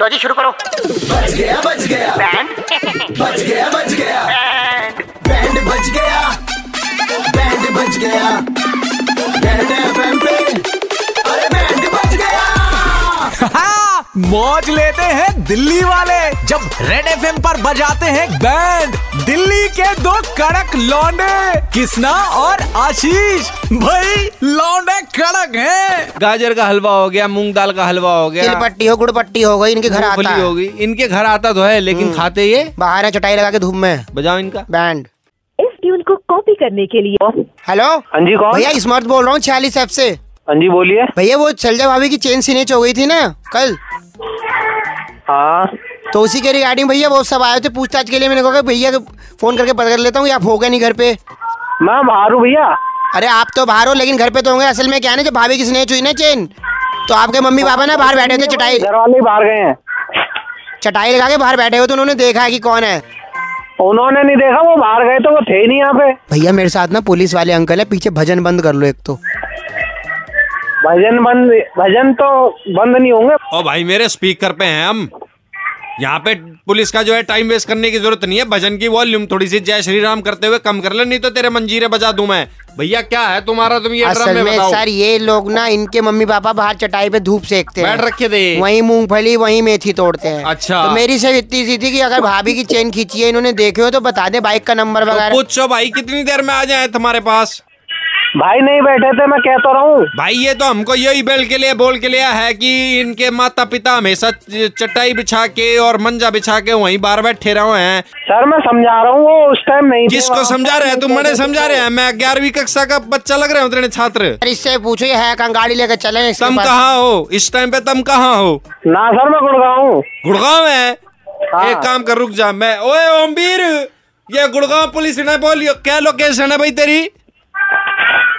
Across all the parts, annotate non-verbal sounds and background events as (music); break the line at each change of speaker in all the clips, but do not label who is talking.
लो जी शुरू करो
बच गया बच गया (laughs)
(laughs) बैंड
बच गया बच गया बैंड बच गया बैंड बच गया बैंड एफएम पे अरे बैंड बच गया
हाँ, मौज लेते हैं दिल्ली वाले जब रेड एफ पर बजाते हैं बैंड दिल्ली के दो कड़क लौंडे किसना और आशीष भाई लौंडे कड़क हैं
गाजर का हलवा हो गया मूंग दाल का हलवा हो
तिल
गया
पट्टी हो गुड़ पट्टी हो गई इनके घर आता
मूंगफली
है हम्म।
होगी इनके घर आता तो है लेकिन खाते ये
बाहर है चटाई लगा के धूप में
बजाओ इनका
बैंड
इस ट्यून को कॉपी करने के लिए
हेलो
हाँ जी कौन
भैया स्मार्ट बोल रहा हूँ छियालीस ऐप से
हाँ जी बोलिए
भैया वो सलजा भाभी की चेन सीनेच हो गई थी ना कल
हाँ
तो उसी के रिगार्डिंग भैया वो सब आए थे पूछताछ के लिए मैंने कहा कि भैया को फोन करके पता कर लेता हूँ कि आप हो गए नहीं घर पे
मैं बाहर हूँ भैया
अरे आप तो बाहर हो लेकिन घर पे तो होंगे असल में क्या है ना जब भाभी की स्नेच हुई ना चेन तो आपके मम्मी पापा ना बाहर बैठे थे चटाई
घर वाले ही बाहर गए हैं
चटाई लगा के बाहर बैठे हुए तो उन्होंने देखा है कि कौन है
उन्होंने नहीं देखा वो बाहर गए तो वो थे ही नहीं यहाँ पे
भैया मेरे साथ ना पुलिस वाले अंकल है पीछे भजन बंद कर लो एक तो
भजन बंद भजन तो बंद नहीं होंगे
ओ भाई मेरे स्पीकर पे हैं हम यहाँ पे पुलिस का जो है टाइम वेस्ट करने की जरूरत नहीं है भजन की वॉल्यूम थोड़ी सी जय श्री राम करते हुए कम कर ले नहीं तो तेरे मंजीरे बजा दूं मैं भैया क्या है तुम्हारा तुम ये ड्रम
असल
में
में
बताओ
सर ये लोग ना इनके मम्मी पापा बाहर चटाई पे धूप सेकते
बैठ रखे थे।
वही मूंगफली वही मेथी तोड़ते हैं
अच्छा।
तो मेरी सिर्फ इतनी सी थी कि अगर भाभी की चेन खींची है इन्होंने देखे हो तो बता दे बाइक का नंबर
तो
वगैरह
पूछो भाई कितनी देर में आ जाए तुम्हारे पास
भाई नहीं बैठे थे मैं कहता रहा हूँ
भाई ये तो हमको यही बेल के लिए बोल के लिया है कि इनके माता पिता हमेशा च- चटाई बिछा के और मंजा बिछा के वहीं बार बैठे रहे हैं
सर मैं समझा रहा हूँ वो उस टाइम नहीं थे
जिसको
हाँ,
वहाँ।
समझा रहे हैं
तो
तुम बड़े समझा रहे हैं मैं ग्यारहवीं कक्षा का बच्चा लग रहा हूँ तेरे छात्र
सर, इससे पूछो ये है कहाँ गाड़ी लेकर चले इसके
तुम
पास।
कहाँ हो इस टाइम पे तुम कहाँ हो
ना सर मैं गुड़गांव हूँ
गुड़गांव है
हाँ।
एक काम कर रुक जा मैं ओए ओमवीर ये गुड़गांव पुलिस ने बोलियो क्या लोकेशन है भाई तेरी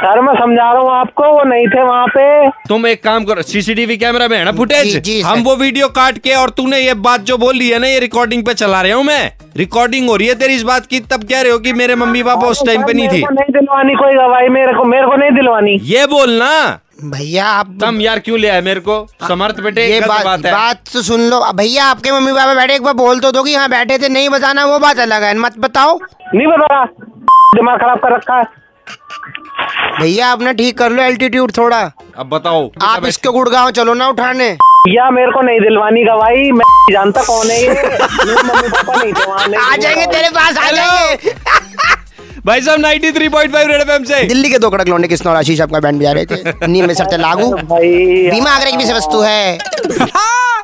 सर मैं समझा रहा हूँ आपको वो नहीं थे वहाँ पे
तुम एक काम करो सीसीटीवी कैमरा में है ना
जी- जी,
फुटेज
सर।
हम वो वीडियो काट के और तूने ये बात जो बोली है ना ये रिकॉर्डिंग पे चला रहा हूँ मैं रिकॉर्डिंग हो रही है तेरी इस बात की तब कह रहे हो कि मेरे मम्मी पापा उस टाइम
सर,
पे नहीं
मेरे को
थे
नहीं दिलवानी कोई गवाही मेरे को मेरे को नहीं दिलवानी
ये बोलना
भैया आप
तुम यार क्यों ले आए मेरे को समर्थ बेटे
ये
गलत
बात
बात है
बात तो सुन लो भैया आपके मम्मी पापा बैठे एक बार बोल तो दो कि यहाँ बैठे थे नहीं बताना वो बात अलग है मत बताओ
नहीं बता रहा दिमाग खराब कर रखा है
भैया आप ना ठीक कर लो एल्टीट्यूड थोड़ा
अब बताओ
आप इसके गुड़गांव चलो ना उठाने
या मेरे को नहीं दिलवानी गवाही मैं नहीं जानता कौन है ये मेरे मम्मी पापा नहीं थे वहाँ नहीं
आ जाएंगे तेरे पास आ जाएंगे
भाई साहब 93.5 three point five red FM से
दिल्ली के दो कड़क लौंडे किसना और आशीष आपका बैंड बजा रहे थे नीम में सरते लागू
भाई यार।
बीमा आगरे की भी वस्तु है
हाँ,